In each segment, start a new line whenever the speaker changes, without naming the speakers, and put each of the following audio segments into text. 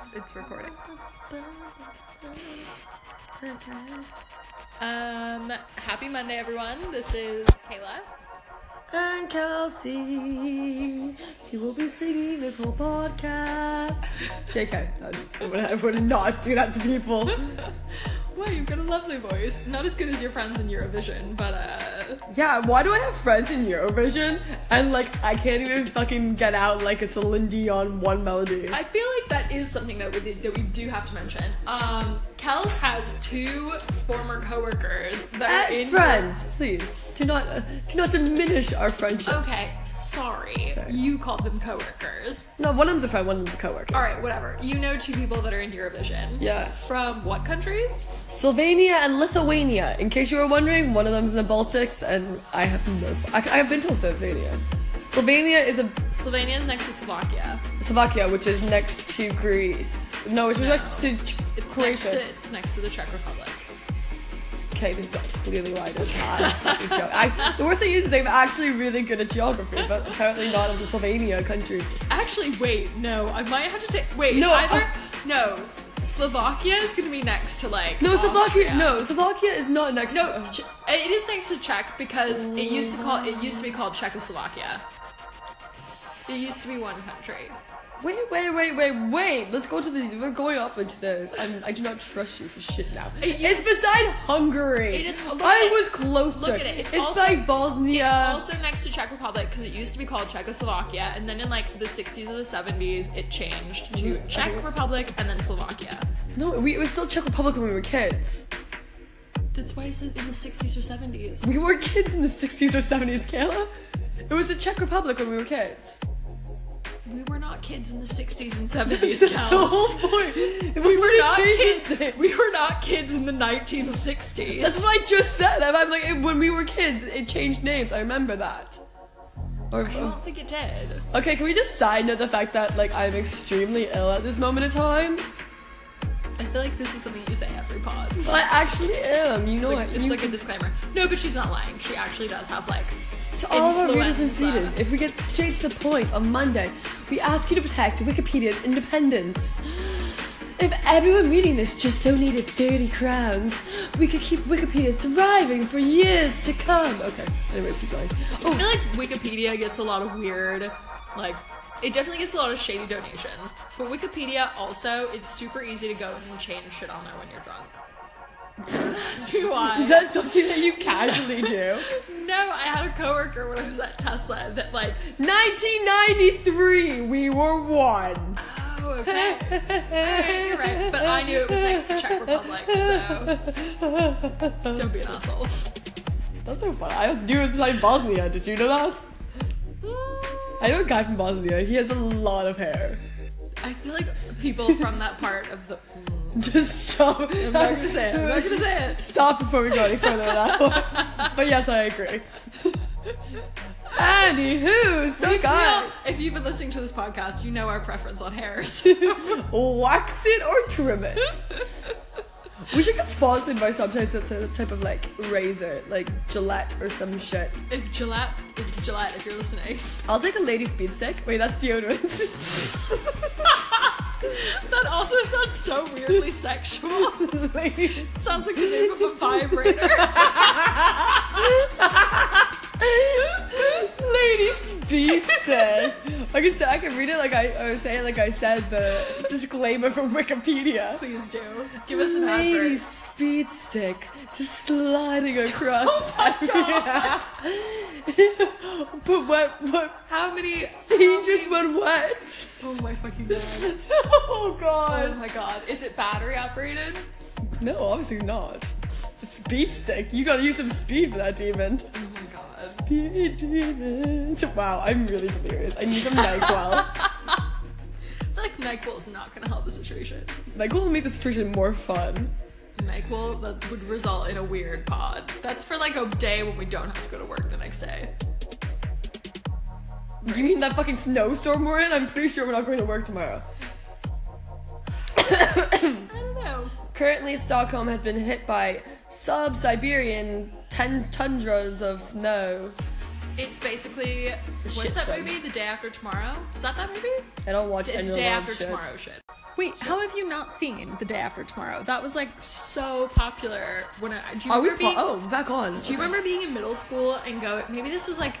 It's it's recording. Um, happy Monday, everyone. This is Kayla.
And Kelsey, he will be singing this whole podcast. JK, I would, I would not do that to people.
Wow, you've got a lovely voice. Not as good as your friends in Eurovision, but uh,
Yeah, why do I have friends in Eurovision and like I can't even fucking get out like a Celine Dion one melody? Uh,
I feel like that is something that we that we do have to mention. Um, Kels has two former coworkers that are
And
in.
friends, please do not uh, do not diminish our friendships.
Okay, sorry.
Sorry.
You called them coworkers.
No, one of them's a friend, one of them's a coworker.
All right, whatever. You know two people that are in Eurovision.
Yeah.
From what countries?
Slovenia and Lithuania. In case you were wondering, one of them's in the Baltics, and I have no. I, I've been to Slovenia. Slovenia is a
Slovenia is next to Slovakia.
Slovakia, which is next to Greece. No, it's
No.
next to Ch-
It's next
Croatia.
to it's next to the Czech Republic.
Okay, this is clearly why I did not. a fucking joke. I, the worst thing is I'm actually really good at geography, but apparently not of the Slovenia countries.
Actually, wait, no, I might have to take. Wait,
No,
no, either
uh,
no. Slovakia is gonna be next to like.
No,
Austria.
Slovakia. No, Slovakia is not next.
no,
to...
Ch- it is next to Czech because it used to call it used to be called Czechoslovakia. It used to be one country.
Wait, wait, wait, wait, wait. Let's go to the. We're going up into those. I'm, I do not trust you for shit now.
It
it's beside Hungary.
It is- look
I
at it.
was closer.
Look at it. It's also-
by Bosnia.
also next to Czech Republic because it used to be called Czechoslovakia, and then in like the 60s or the 70s, it changed to
Mm,
Czech
okay.
Republic and then Slovakia.
no, we, it was still Czech Republic when we were kids.
That's why I said in the 60s or 70s.
We were kids in the 60s or 70s, Kayla. It was the Czech Republic when we were kids.
We were not kids in the 60s and
This
70s,
is the whole
Kels.
point. We,
We were, not kids,
thing.
we were not kids in the 1960s.
That's what I just said. I'm, I'm like, it- when we were kids, it changed names. I remember that. Or, oh.
I don't think it did.
okay, can we just side note the fact that like I'm extremely ill at this moment in time?
I feel like this is something you say every pod. It's,
I actually am. You know
like,
what?
it's
You-
like a disclaimer. No, but she's not lying. She actually does have like.
to all of our readers in
influenza.
Sweden, if we get straight to the point on Monday, we ask you to protect Wikipedia's independence. If everyone reading this just donated 30 crowns, we could keep Wikipedia thriving for years to come. Okay, anyways, keep going.
I
Oh,
feel like Wikipedia gets a lot of weird, like, it definitely gets a lot of shady donations. But Wikipedia also, it's super easy to go in and change shit on there when you're drunk. Ask me why.
is that something that you casually do?
no, I had a coworker when I was at Tesla that like,
1993, we were one.
oh, okay. Alright, you're right. But I knew it was next to Czech Republic, so don't be an asshole.
That's so funny. I knew it was beside Bosnia. Did you know that? I know a guy from Bosnia. He has a lot of hair.
I feel like people from that part of the. Mm,
Just stop. I'm
not gonna say it. I'm not gonna say it.
Stop before we go any further on that one. But yes, I agree. Anywho, so
We- we all-
guys,
if you've been listening to this podcast, you know our preference on hair. so-
wax it or trim it. We should get sponsored by some type of, type of like razor, like Gillette or some shit.
If Gillette, if Gillette, if you're listening,
I'll take a lady speed stick. Wait, that's deodorant.
that also sounds so weirdly sexual.
Lady-
sounds like the name of a vibrator.
Lady Speed said. I can say, I can read it like I or say it like I said the disclaimer from Wikipedia.
Please do give us an
Lady
advert.
Speed Stick just sliding across.
Oh
but what what
How many
dangerous
how many-
when what?
Oh my fucking god!
Oh god.
Oh my god! Is it battery operated? Oh
No, obviously not. It's Speed Stick. You gotta use some speed for that demon.
Oh my god!
Speed demon. Wow, I'm really delirious. I need some NyQuil.
I feel like Nyquil's not gonna help the situation.
Like, what will make the situation more fun?
NyQuil that would result in a weird pod. That's for like a day when we don't have to go to work the next day.
You mean that fucking snowstorm we're in? I'm pretty sure we're not going to work tomorrow.
I don't know.
Currently, Stockholm has been hit by sub Siberian ten tundras of snow.
It's basically what's
shit
that
show.
movie? The Day After Tomorrow? Is that that movie?
I don't watch any
It's
of
Day
that
After
shit.
Tomorrow shit. Wait, how have you not seen The Day After Tomorrow? That was like so popular when I. Do you
Are we?
remember
Po-
being,
oh, we're back on.
Do you remember being in middle school and go? Maybe this was like.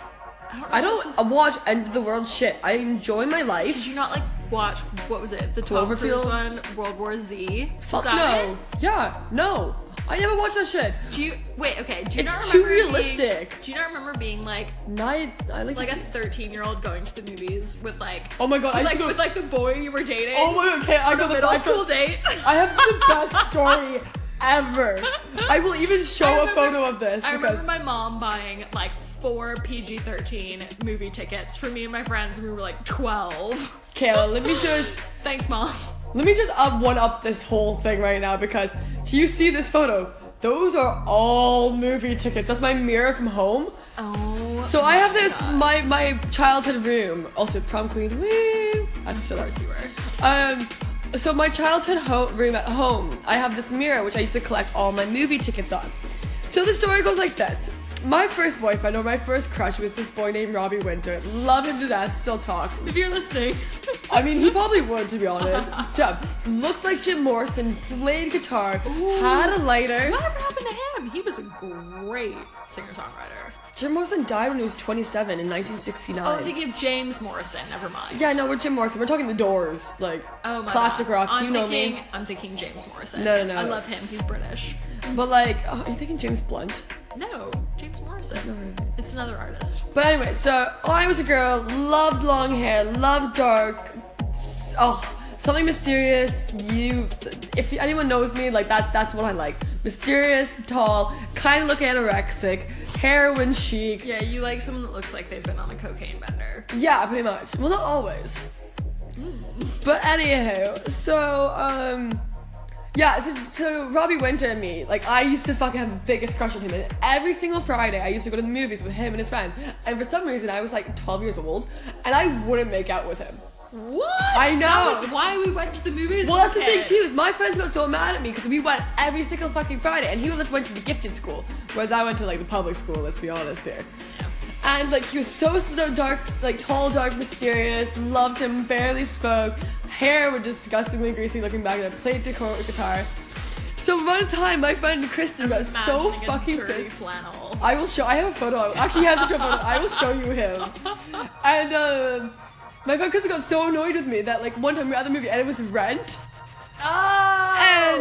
I don't. Know
I
if
don't
this was-
I watch end of the world shit. I enjoy my life.
did you not like watch what was it? The Tom Cruise
Cloverfield?
one, World War Z. Was
Fuck
that
no.
it?
Yeah, no. I never watched that shit.
Do you wait? Okay. Do you
It's
not
too
remember? Being,
realistic.
do you not remember being like
Night. I like.
like a thirteen-year-old going to the movies with like
oh my god! I
with,
like,
like with like the boy you were dating?
Oh my god! Okay, I
on a
got the
middle
I got-
school date.
I have the best story ever. I will even show
I
a
remember-
photo of this
I
because
remember my mom buying like four PG 13 movie tickets for me and my friends. when We were like 12.
Kayla, let me just
Thanks, mom.
let me just up one up this whole thing right now because do you see this photo? Those are all movie tickets. That's my mirror from home.
Oh.
So I have this
God.
my my childhood room, also prom queen. Woo! I have to
Of
fill
course
that.
you were.
Um, so my childhood ho- room at home, I have this mirror which I used to collect all my movie tickets on. So the story goes like this: My first boyfriend or my first crush was this boy named Robbie Winter. Love him to death. Still talk.
If you're listening,
I mean, he probably would, to be honest. Jump. Looked like Jim Morrison. Played guitar.
Ooh.
Had a lighter.
whatever happened to him? He was a great singer songwriter.
Jim Morrison died when he was 27 in 1969.
Oh, I'm thinking of James Morrison. Never mind.
Yeah, no, we're Jim Morrison. We're talking the Doors, like
Oh my
classic
God.
rock.
I'm
you know
thinking,
me.
I'm thinking James Morrison.
No, no, no.
I love him. He's British.
But like, oh, are you thinking James Blunt?
No, James
No,
Morrison.
really.
It's another artist.
But anyway, so I was a girl, loved long hair, loved dark. s- Oh, something mysterious. You, if anyone knows me, like that, that's what I like. Mysterious, tall, kind of look anorexic, heroin chic.
Yeah, you like someone that looks like they've been on a cocaine bender.
Yeah, pretty much. Well, not always. But anywho, so um, yeah. So, so Robbie Winter and me, like I used to fucking have the biggest crush on him, and every single Friday I used to go to the movies with him and his friend. And for some reason, I was like 12 years old, and I wouldn't make out with him.
What?
I know.
That was why we went to the movies.
Well, that's
as
the
a
thing
kid.
too. Is my friends got so mad at me because we went every single fucking Friday, and he was- went to the gifted school, whereas I went to like the public school. Let's be honest here. And like he was so so dark, like tall, dark, mysterious. Loved him, barely spoke. Hair was disgustingly greasy. Looking back, at it, played guitar. guitar. So about a time, my friend Kristen got so
Imagining a
fucking
dirty
pissed.
flannel.
I will show. I have a photo. I actually he has a show photo. I will show you him. And um, my friend Kristen got so annoyed with me that like one time we were at the movie and it was Rent.
Oh!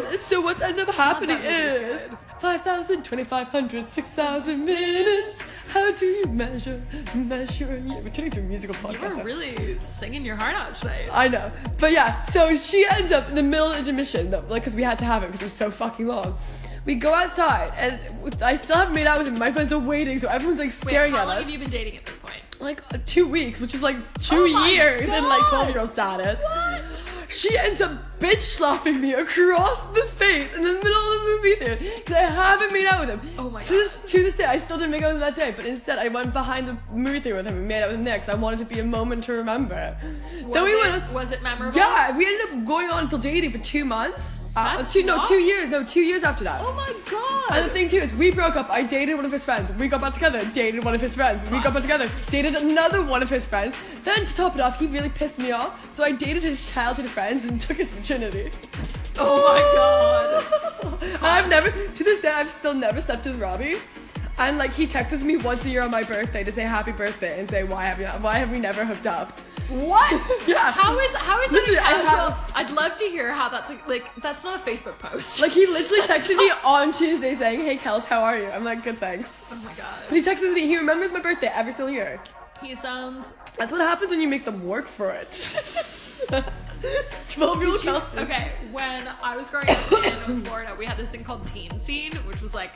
And so what ends up happening
movie's
is 5,000, 2,500, 6,000 minutes. How do you measure, measure? you- We're turning to a musical
you
podcast. now.
were really singing your heart out tonight.
I know. But yeah, so she ends up in the middle of intermission, but, like, because we had to have it because it was so fucking long. We go outside, and with- I still haven't made out with him. My friends are waiting, so everyone's like
Wait,
staring
how
at
long
us.
have you been dating at this point?
Like uh, two weeks, which is like
Oh
two
my
years in like
God.
12 year old status.
What?
She ends up bitch slapping me across the face in the middle of the movie theater because I haven't made out with him.
Oh my
to This, to this day, I still didn't make out with him that day, but instead I went behind the movie theater with him and made out with him there because I wanted to be a moment to remember.
Was,
then we
it,
went.
was it memorable?
Yeah, we ended up going on until dating for two months. Uh,
That's
two, no,
long.
two years. No, two years after that.
Oh my
And
god!
the thing too is, we broke up. I dated one of his friends. We got back together. Dated one of his friends. We got back
Classic.
together. Dated another one of his friends. Then to top it off, he really pissed me off. So I dated his childhood friends and took his virginity.
Oh my god!
and I've never, to this day, I've still never slept with Robbie. And like he texts me once a year on my birthday to say happy birthday and say why have you why have we never hooked up?
What?
Yeah.
How is how is that
Literally,
a
I have-
casual? I'd love to hear how that's a, like that's not a Facebook post.
Like he literally
That's
texted me on Tuesday saying hey Kels how are you? I'm like good thanks.
oh my
But
god,
he texts me. He remembers my birthday every single year.
he sounds.
That's what happens when you make them work for it. Twelve-year-old
Did you-
Chelsea.
Okay, when I was growing up in Florida, we had this thing called Teen Scene, which was like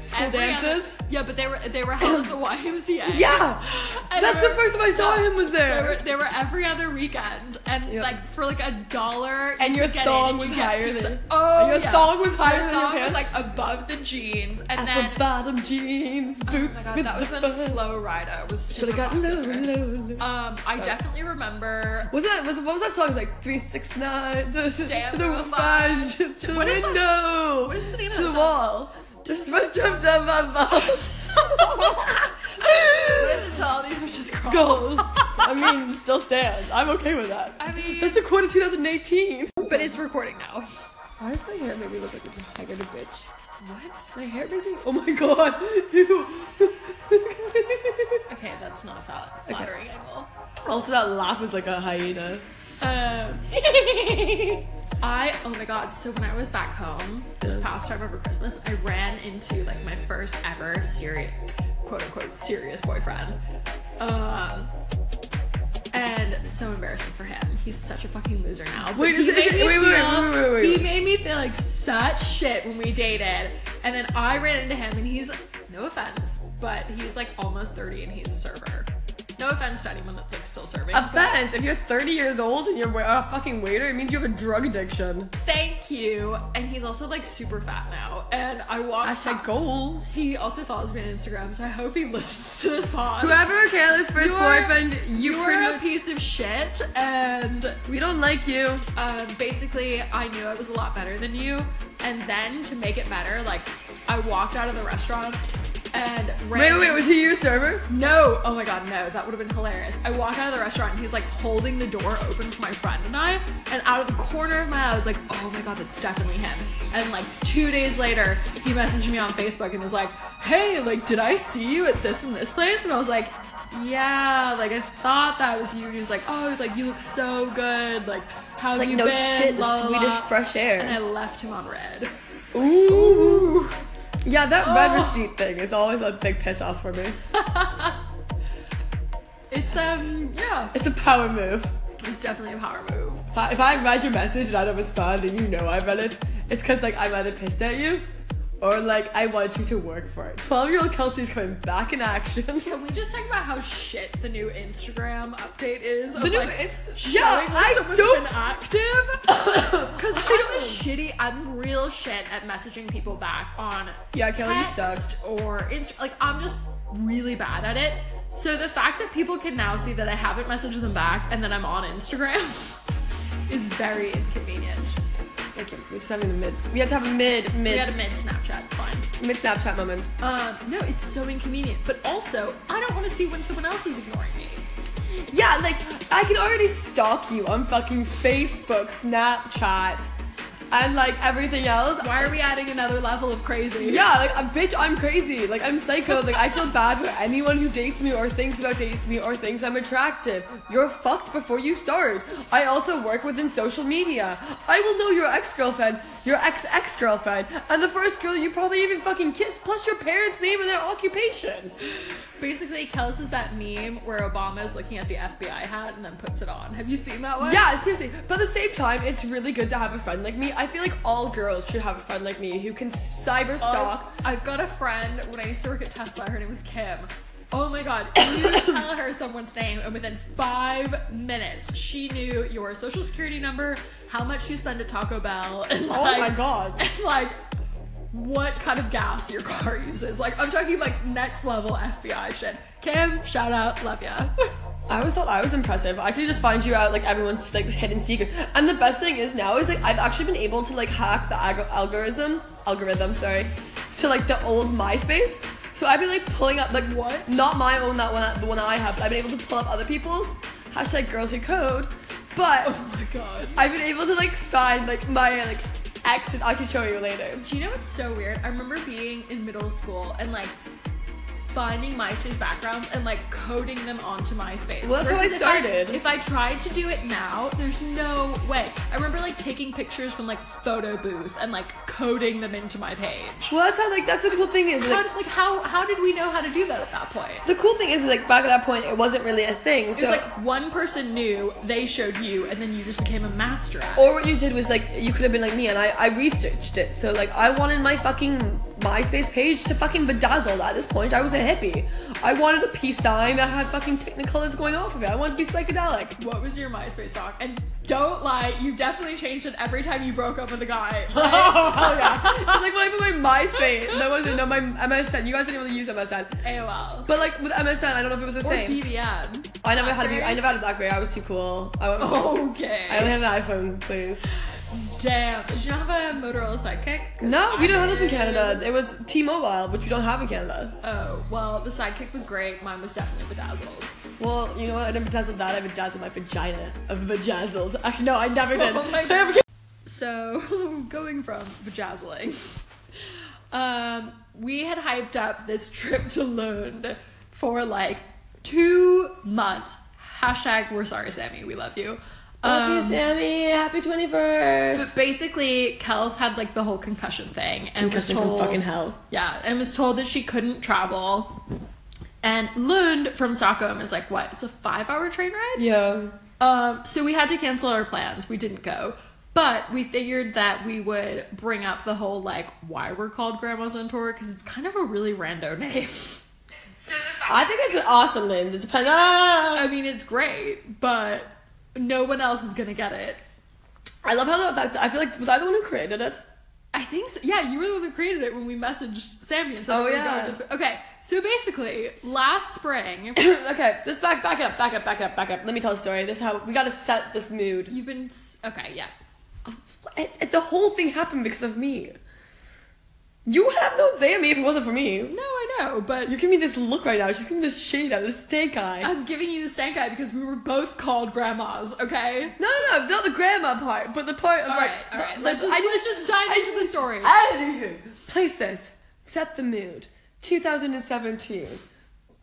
School
every other-
dances?
yeah, but they were they were held at the YMCA.
Yeah,
And
that's
they
the
were-
first time I saw
yeah,
him was
They were,
there.
they were every other weekend, and
Yep.
like for like a dollar,
And
you
your
could get
thong
in and
was
you get
higher
pizza.
than-
oh,
your
yeah.
thong was higher
Your
than your
thong was
pants.
like above the jeans, and
At
then
the bottom jeans,
oh
boots
my god,
with
that was
the
when
fur.
Flow Rida was
Should
super
have gotten low,
popular.
low, low.
Um, I definitely remember
was that was what was that song? It's like three six nine to, to
Damn,
the
Roma.
fudge, to the
What is that-
window,
what is the name of
to
that
the
song?
wall. Just went up to my balls.
Listen to all these bitches crawl.
Goals. I mean, still stands. I'm okay with that.
I mean-
that's a quote of 2018.
But it's recording now.
Why does my hair make me look like a haggard bitch?
What?
My hair makes me. Oh my god. Ew.
Okay, that's not a fat, flattering angle.
also, that laugh was like a hyena.
Um, I oh my god! So when I was back home this past time over Christmas, I ran into like my first ever serious, quote unquote, serious boyfriend. Um, and so embarrassing for him. He's such a fucking loser now. But
Wait, is
he
it- is
made
it-
me
wait, wait, wait,
feel-
wait, wait, wait,
He
wait.
made me feel like such shit when we dated, and then I ran into him, and he's no offense, but he's like almost thirty, and he's a server. No offense to anyone that's like still serving. but-
Offense. If you're 30 years old and you're wa- a fucking waiter, it means you have a drug addiction.
Thank you. And he's also like super fat now. And I watched
Hashtag goals.
He also follows me on Instagram, so I hope he listens to this pod.
Whoever Kayla's first
You are-
boyfriend, you,
you
pretty
are a
much-
piece of shit, and
We don't like you.
um, basically, I knew I was a lot better than you. And then to make it better, like I walked out of the restaurant and ran
Wait, wait, was he your server?
No, oh my god, no, that would have been hilarious. I walk out of the restaurant and he's like holding the door open for my friend and I, and out of the corner of my eye, I was like, oh my god, that's definitely him. And like two days later, he messaged me on Facebook and was like, hey, like, did I see you at this and this place? And I was like, yeah, like I thought that was you. And he was like, oh, like you look so good, like how have
Like,
you
no
been?
shit,
La, la, la.
Swedish fresh air.
And I left him on red.
Ooh. Yeah, that red
Oh.
receipt thing is always a big piss off for me.
It's um, yeah,
It's a power move.
it's definitely a power move.
If I, if I read your message and I don't respond and you know I read it, it's because like I'm either pissed at you or like I want you to work for it. 12 year old Kelsey's coming back in action.
Can we just talk about how shit the new Instagram update is? Of
The new-
like,
it's-
showing
yeah,
when
I
someone's
don't-
been active. Because
I
I'm a
don't-
shitty. I'm real shit at messaging people back on
Yeah, Kelly, you
text or Insta. Like I'm just really bad at it. So the fact that people can now see that I haven't messaged them back and that I'm on Instagram is very inconvenient.
okay, we're just having a mid. We have to have a mid,
We
mid,
gotta mid Snapchat, fine.
mid Snapchat moment.
Uh, no, it's so inconvenient. But also, I don't want to see when someone else is ignoring me.
Yeah, like I can already stalk you on fucking Facebook, Snapchat, and like everything else.
Why are we adding another level of crazy?
Yeah, like I'm bitch, I'm crazy. Like I'm psycho. Like I feel bad for anyone who dates me or thinks about dates me or thinks I'm attractive. You're fucked before you start. I also work within social media. I will know your ex-girlfriend, your ex-ex-girlfriend, and the first girl you probably even fucking kissed, plus your parents' name and their occupation.
Basically, Kels is that meme where Obama's looking at the FBI hat and then puts it on. Have you seen that one?
Yeah, seriously. But at the same time, it's really good to have a friend like me. I feel like all girls should have a friend like me who can cyber
Oh,
stalk.
I've got a friend when I used to work at Tesla, her name was Kim. Oh my god, you tell her someone's name, and within five minutes, she knew your social security number, how much you spend at Taco Bell, and
Oh,
like,
my god.
and like what kind of gas your car uses. Like, I'm talking like next level FBI shit. Kim, shout out, love ya. Oh
I always thought I was impressive. I could just find you out like everyone's like hidden secret. And the best thing is now is like I've actually been able to like hack the ag- algorithm, algorithm, sorry, to like the old MySpace. So I've been like pulling up like
What?
Not my own, that one, the one I have. But I've been able to pull up other people's hashtag girls who code. But
oh my god.
I've been able to like find like my like exes. I can show you later.
Do you know what's so weird? I remember being in middle school and like finding MySpace backgrounds and like coding them onto MySpace.
Well, that's how I
Versus
started.
If I, if I tried to do it now, there's no way. I remember like taking pictures from like photo booth and like coding them into my page.
Well, that's how like that's the cool thing is
How,
like
like how how did we know how to do that at that point?
the cool thing is like back at that point it wasn't really a thing.
It
So
was like one person knew, they showed you, and then you just became a master at it.
or what you did was like you could have been like me and I I researched it. So like I wanted my fucking MySpace page to fucking bedazzled at this point. I was a hippie. I wanted a peace sign that had fucking technicolors going off of it. I wanted to be psychedelic.
What was your MySpace song? And don't lie, you definitely changed it every time you broke up with a guy. right?
Oh yeah. It's like when I put my MySpace. That wasn't no my MSN. You guys didn't really use MSN.
AOL.
But like with MSN, I don't know if it was the
Or
same.
BBM.
I never had a,
Blackberry? Oh.
I never had a BlackBerry. I was too cool. I, went, I only
Okay.
had an iPhone, please.
Damn. Did you not have a Motorola Sidekick? 'Cause
No, we
I
don't have this in
did.
Canada. It was T-Mobile, which we don't have in Canada.
Oh, well, the Sidekick was great. Mine was definitely bedazzled.
Well, you know what? I never bedazzled that. I bedazzled my vagina. I bedazzled. Actually, no, I never did.
Oh my
I never-
So, going from bejazzling, um, we had hyped up this trip to Lund for like two months. Hashtag, we're sorry, Sammy. We love you.
Love you,
Um,
Sammy. Happy 21st.
but basically, Kels had like the whole concussion thing and
Concussion
was
from
told
fucking hell.
Yeah, and was told that she couldn't travel. And Lund from Stockholm is like what? It's a five-hour train ride.
Yeah.
Um, so we had to cancel our plans. We didn't go. But we figured that we would bring up the whole like why we're called Grandma's on Tour because it's kind of a really rando name.
So the fact
I think it's an awesome name. It depends. Ah!
I mean, it's great, but no one else is gonna get it.
I love how the fact that I feel like was I the one who created it?
I think so. Yeah, you were the one who created it when we messaged Sammy and said,
Oh,
that we were
yeah.
going this- Okay, so basically, last spring,
okay, just back back up, back up, back up, back up. Let me tell a story. This is how we gotta set this mood.
you've been. s- Okay, yeah.
It, it- the whole thing happened because of me. You would have known Sammy if it wasn't for me.
No, I know, but
You're giving me this look right now. She's giving me this shade out, this stank eye.
I'm giving you the stank eye because we were both called Grandmas, okay?
no, no, no, not the grandma part, but the part of
All
like.
right, all
the-
right.
the-
Let's just,
I need-
let's just dive
I
into the story.
Anywho, place this. Set the mood. 2017.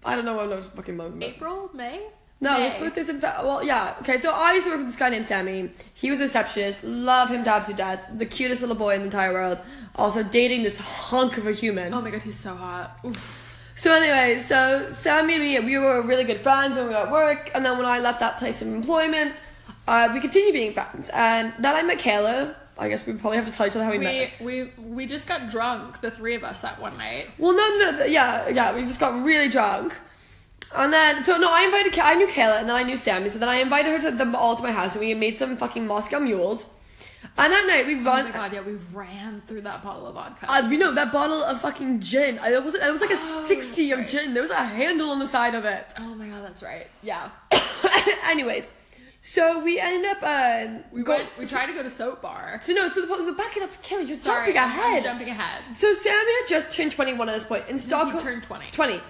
I don't know what I was fucking month. but-
April, May?
No,
May.
his birthday's in Fe- well, yeah. Okay, so I used to work with this guy named Sammy. He was a receptionist. Love him to absolute death. The cutest little boy in the entire world. Also dating this hunk of a human.
Oh my god, he's so hot. Oof.
So anyway, so Sammy and me, we were really good friends when we were at work, and then when I left that place of employment, uh, we continued being friends. And then I met Kayla. I guess we probably have to tell each other how we, met.
We, we we just got drunk, the three of us, that one night.
Well, no, no, th- yeah, yeah. We just got really drunk, and then so no, I invited. Ka- I knew Kayla, and then I knew Sammy. So then I invited her to them all to my house, and we made some fucking Moscow mules. And that night we
Oh
run.
my god, yeah, we ran through that bottle of vodka.
uh, you know that bottle of fucking gin. I it was it was like a
Oh,
sixty
right.
of gin. There was a handle on the side of it.
oh my god, that's right. Yeah.
Anyways, so we ended up. Uh,
We
go-
went, we tried to go to Soap Bar.
So no, so the, the back it up, Kayla. You're
Sorry,
jumping ahead.
I'm jumping ahead.
So Sammy had just turned 21 at this point in Stockholm.
turned 20.
20.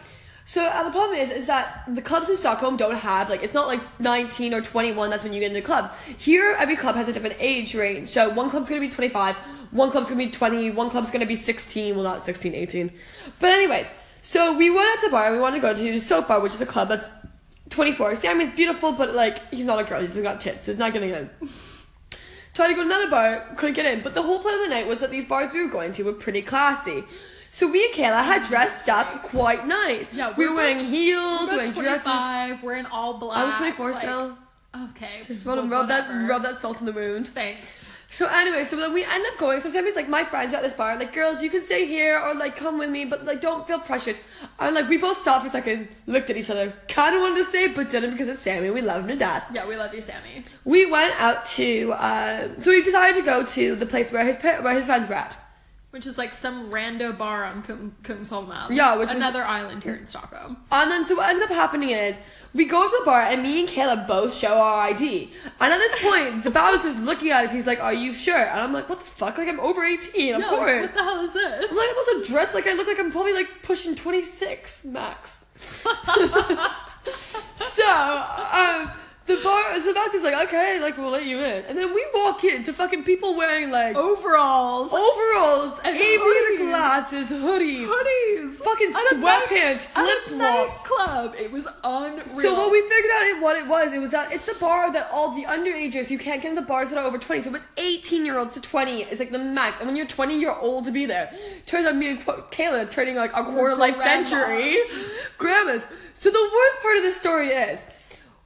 So uh, the problem is, is that the clubs in Stockholm don't have like it's not like 19 or 21. That's when you get into clubs. Here, every club has a different age range. So one club's gonna be 25, one club's gonna be 20, one club's gonna be 16. Well, not 16, 18. But anyways, so we went out to a bar. and We wanted to go to Soap Bar, which is a club that's 24. Sammy's beautiful, but like he's not a girl. He's got tits. So he's not getting in. Tried to go to another bar, couldn't get in. But the whole plan of the night was that these bars we were going to were pretty classy. So we and Kayla had dressed up quite nice.
Yeah,
we
we're
were wearing
both-
heels,
We're
wearing
both
dresses.
25. We're in all black.
I was 24
like,
still.
Okay.
Just rub,
wh-
rub that,
whatever.
rub that salt in the wound.
Thanks.
So anyway, so then we end up going. So Sammy's like, my friends at this bar, like, girls, you can stay here or like come with me, but like don't feel pressured. And like we both stopped for a second, looked at each other, kind of wanted to stay, but didn't because it's Sammy. We love him to death.
Yeah, we love you, Sammy.
we went out to uh, so we decided to go to the place where his par- where his friends were at.
Which is like some rando bar on Kung- Kungsholmen.
Yeah, which was-
another island here in Stockholm.
And then so what ends up happening is we go to the bar and me and Caleb both show our ID. And at this point, the bouncer's looking at us. He's like, "Are you sure?" And I'm like, "What the fuck? Like I'm over 18, of
no,
course."
what the hell is this?
I'm like I'm also dressed like I look like I'm probably like pushing 26 max. so um, the bar, so the bouncer's like, "Okay, like we'll let you in." And then we walk in to fucking people wearing like.
Overalls,
Oh, overalls,
Oh, And
aviator
hoodies.
glasses, hoodie,
hoodies,
fucking
at a
sweatpants,
night-
flip
at a
flops.
nightclub. It was unreal.
So what we figured out it, what it was, it was that it's the bar that all the underagers you can't get in the bars that are over twenty. So it's eighteen year olds to twenty. It's like the max. And when you're twenty, you're old to be there. Turns out me and Qu- Kayla turning like a quarter life
grandmas.
century, grandmas. So the worst part of this story is.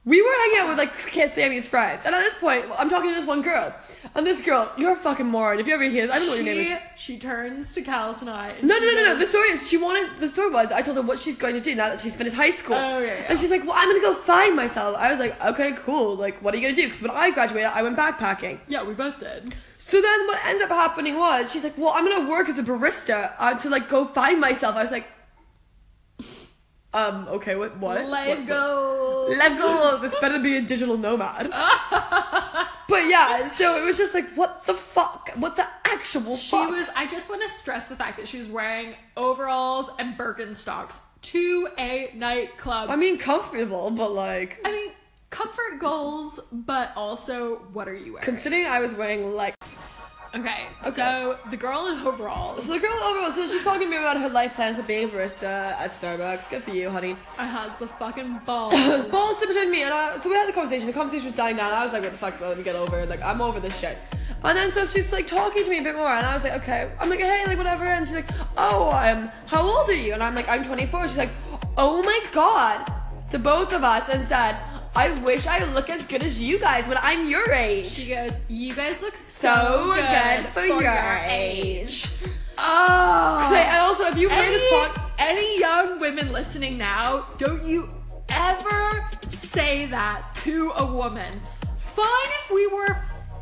We were hanging out with like Kid Sammy's friends, and at this point, I'm talking to this one girl, and this girl, you're a fucking moron. If you ever hear this, I don't know what your name is.
she, she turns to Callus and I. And
No,
she
no, no, no.
goes,
The story is she wanted. The story was I told her what she's going to do now that she's finished high school,
Oh, yeah, yeah.
and she's like, "Well, I'm gonna go find myself." I was like, "Okay, cool. Like, what are you gonna do?" Because when I graduated, I went backpacking.
Yeah, we both did.
So then, what ends up happening was she's like, "Well, I'm gonna work as a barista uh, to like go find myself." I was like, "Um, okay, what? What?
Life
what,
goals.
Let's go. This better be a digital nomad. but yeah, so it was just like, what the fuck? What the actual
She
fuck?
was. I just want to stress the fact that she was wearing overalls and Birkenstocks to a nightclub.
I mean, comfortable, but like.
I mean, comfort goals, but also what are you wearing?
Considering I was wearing like
Okay, so the girl in overalls.
So the girl overall, so she's talking to me about her life plans of being a barista at Starbucks. Good for you, honey.
I has the fucking balls.
Balls to pretend me, and I, so we had the conversation. The conversation was dying down. I was like, what the fuck, let me get over. it. Like, I'm over this shit. And then so she's like talking to me a bit more, and I was like, okay. I'm like, hey, like whatever. And she's like, oh, um, how old are you? And I'm like, I'm 24. She's like, oh my god, to both of us, and said, I wish I look as good as you guys when I'm your age.
She goes, "You guys look so,
so
good, for, your, age."
age.
Oh,
So, and also, if you heard
any,
this pod,
any young women listening now, don't you ever say that to a woman. Fine if we were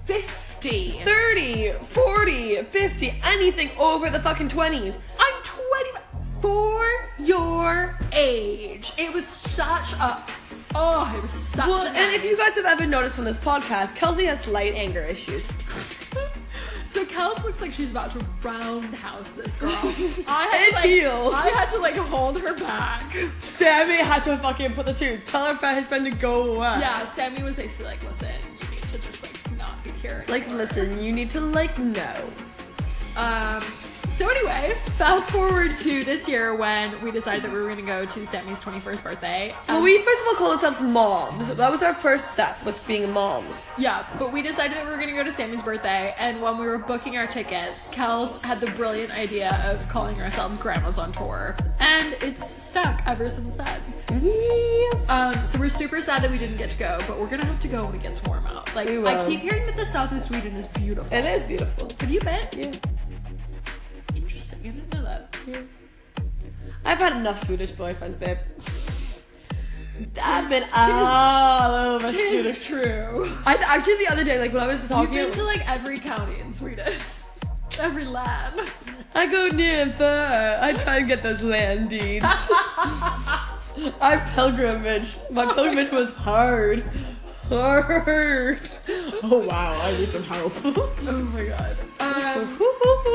50.
30, 40, 50, anything over the fucking 20s.
I'm 24 your age. It was such a. Oh, it was such
Well,
a.
and if you guys have ever noticed from this podcast, Kelsey has slight anger issues.
So Kels looks like she's about to roundhouse this girl. I had
It
to like,
feels.
I had to like hold her back.
Sammy had to fucking put the two, tell her friend, his friend to go away.
Yeah, Sammy was basically like, "Listen, you need to just like not be here."
Like,
anymore."
listen, you need to, like, know.
Um. So anyway, fast forward to this year when we decided that we were gonna go to Sammy's 21st birthday.
Well,
As-
we first of all call ourselves moms. That was our first step, was being moms.
yeah, but we decided that we were gonna go to Sammy's birthday, and when we were booking our tickets, Kels had the brilliant idea of calling ourselves Grandmas on Tour, and it's stuck ever since then.
Yes.
Um, so we're super sad that we didn't get to go, but we're gonna have to go when it gets warm out. Like
We will.
I keep hearing that the south of Sweden is beautiful.
it is beautiful.
Have you been?
Yeah.
Interesting. I didn't know that.
I've had enough Swedish boyfriends, babe. I've been
tis-
all over Swedish.
Tis true.
I actually the other day, like when I was
You've
talking,
been to like every county in Sweden. Every land.
I go near and far. I try and get those land deeds. I pilgrimage. My pilgrimage was hard. Hard. Oh wow, I need some help.
Oh my god. Um,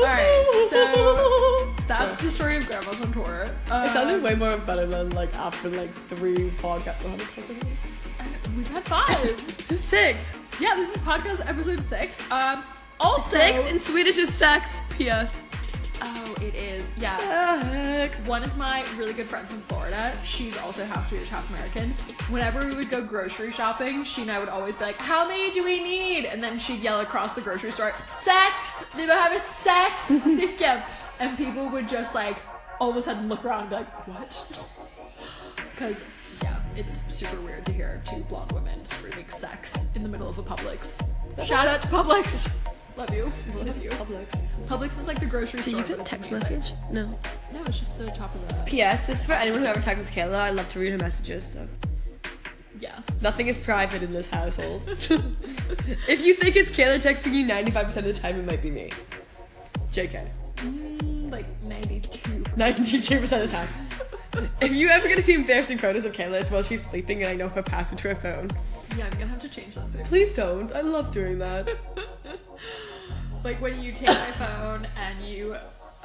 Alright,
so that's the story of Grandma's on tour.
It
Um,
sounded way more better than like after like three podcasts. how many podcasts was it?
we've had five.
Six.
yeah, this is podcast episode six. Um, also,
Six in Swedish is sex. P.S.
oh, it is. Yeah.
Sex.
One of my really good friends from Florida, she's also half Swedish, half American. Whenever we would go grocery shopping, she and I would always be like, How many do we need? And then she'd yell across the grocery store, Sex! Vi behöver sex! Stycken! and people would just like all of a sudden look around and be like, What? Because, yeah, it's super weird to hear two blonde women screaming sex in the middle of a Publix. Shout out to Publix! Love you. Miss you.
Publix.
Publix is like the grocery store.
You
but
can
it's
text
amazing.
message? No.
No, it's just the top of the.
P.S. This is for anyone who ever texts Kayla. I love to read her messages, so
Yeah.
nothing is private in this household. if you think it's Kayla texting you 95% of the time, it might be me. JK.
Mm, like 92.
92% of the time. If you ever get a few embarrassing photos of Kayla, it's while she's sleeping and I know her password to her phone.
Yeah, I'm gonna have to change that soon.
Please don't. I love doing that.
Like when you take my phone and you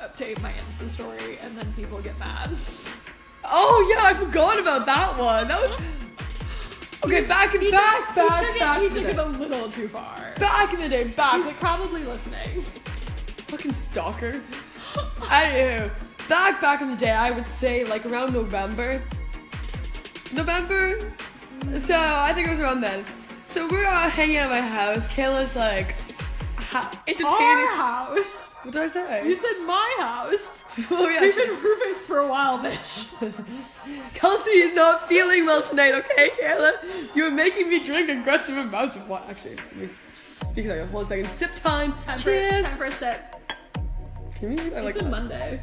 update my Insta story and then people get mad.
Oh yeah, I forgot about that one. That was okay. Back and back,
he
back,
took,
back.
it,
in
he
the
took
day.
it a little too far.
back in the day. Back.
He's
Like,
probably listening.
fucking stalker. Anywho, back back in the day, I would say like around November. November. So I think it was around then. So we're all hanging out at my house. Kayla's like ha- entertaining.
Our house.
what did I
You
say?
said my house.
oh yeah.
We've been roommates for a while, bitch.
Kelsey is not feeling well tonight, okay, Kayla? You're making me drink aggressive amounts of what? Actually, let me speak a second. Hold a second. Sip time.
Time for,
Cheers.
time for a sip.
Can we? I like
It's a
that.
Monday.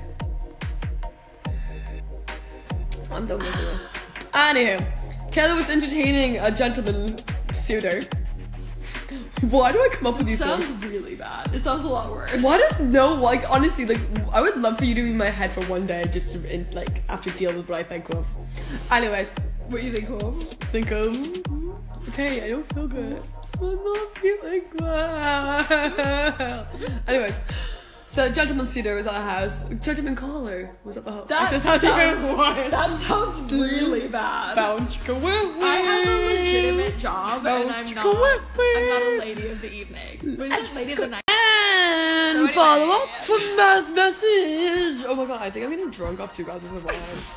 I'm done with it. Anywho, Kayla was entertaining a gentleman suitor. Why do I come up with these
Sounds
names?
really bad. It sounds a lot worse.
Why does no like honestly like I would love for you to be in my head for one day just to in, like have to deal with what I think of. Anyways,
What you think of?
think of okay, I don't feel good. I'm not feeling well. Anyways, so gentleman suitor was at our house. Gentleman caller was at the house.
That
That's
sounds,
how it was.
that sounds really bad.
Bound chicken wing.
I have a legitimate job
Don't
and I'm
you
not
go
I'm not a
away.
lady of the evening. What is it? Lady of the night.
Ah! And
So anyway-
follow up for mass message. Oh my god, I think I'm getting drunk off two glasses of wine.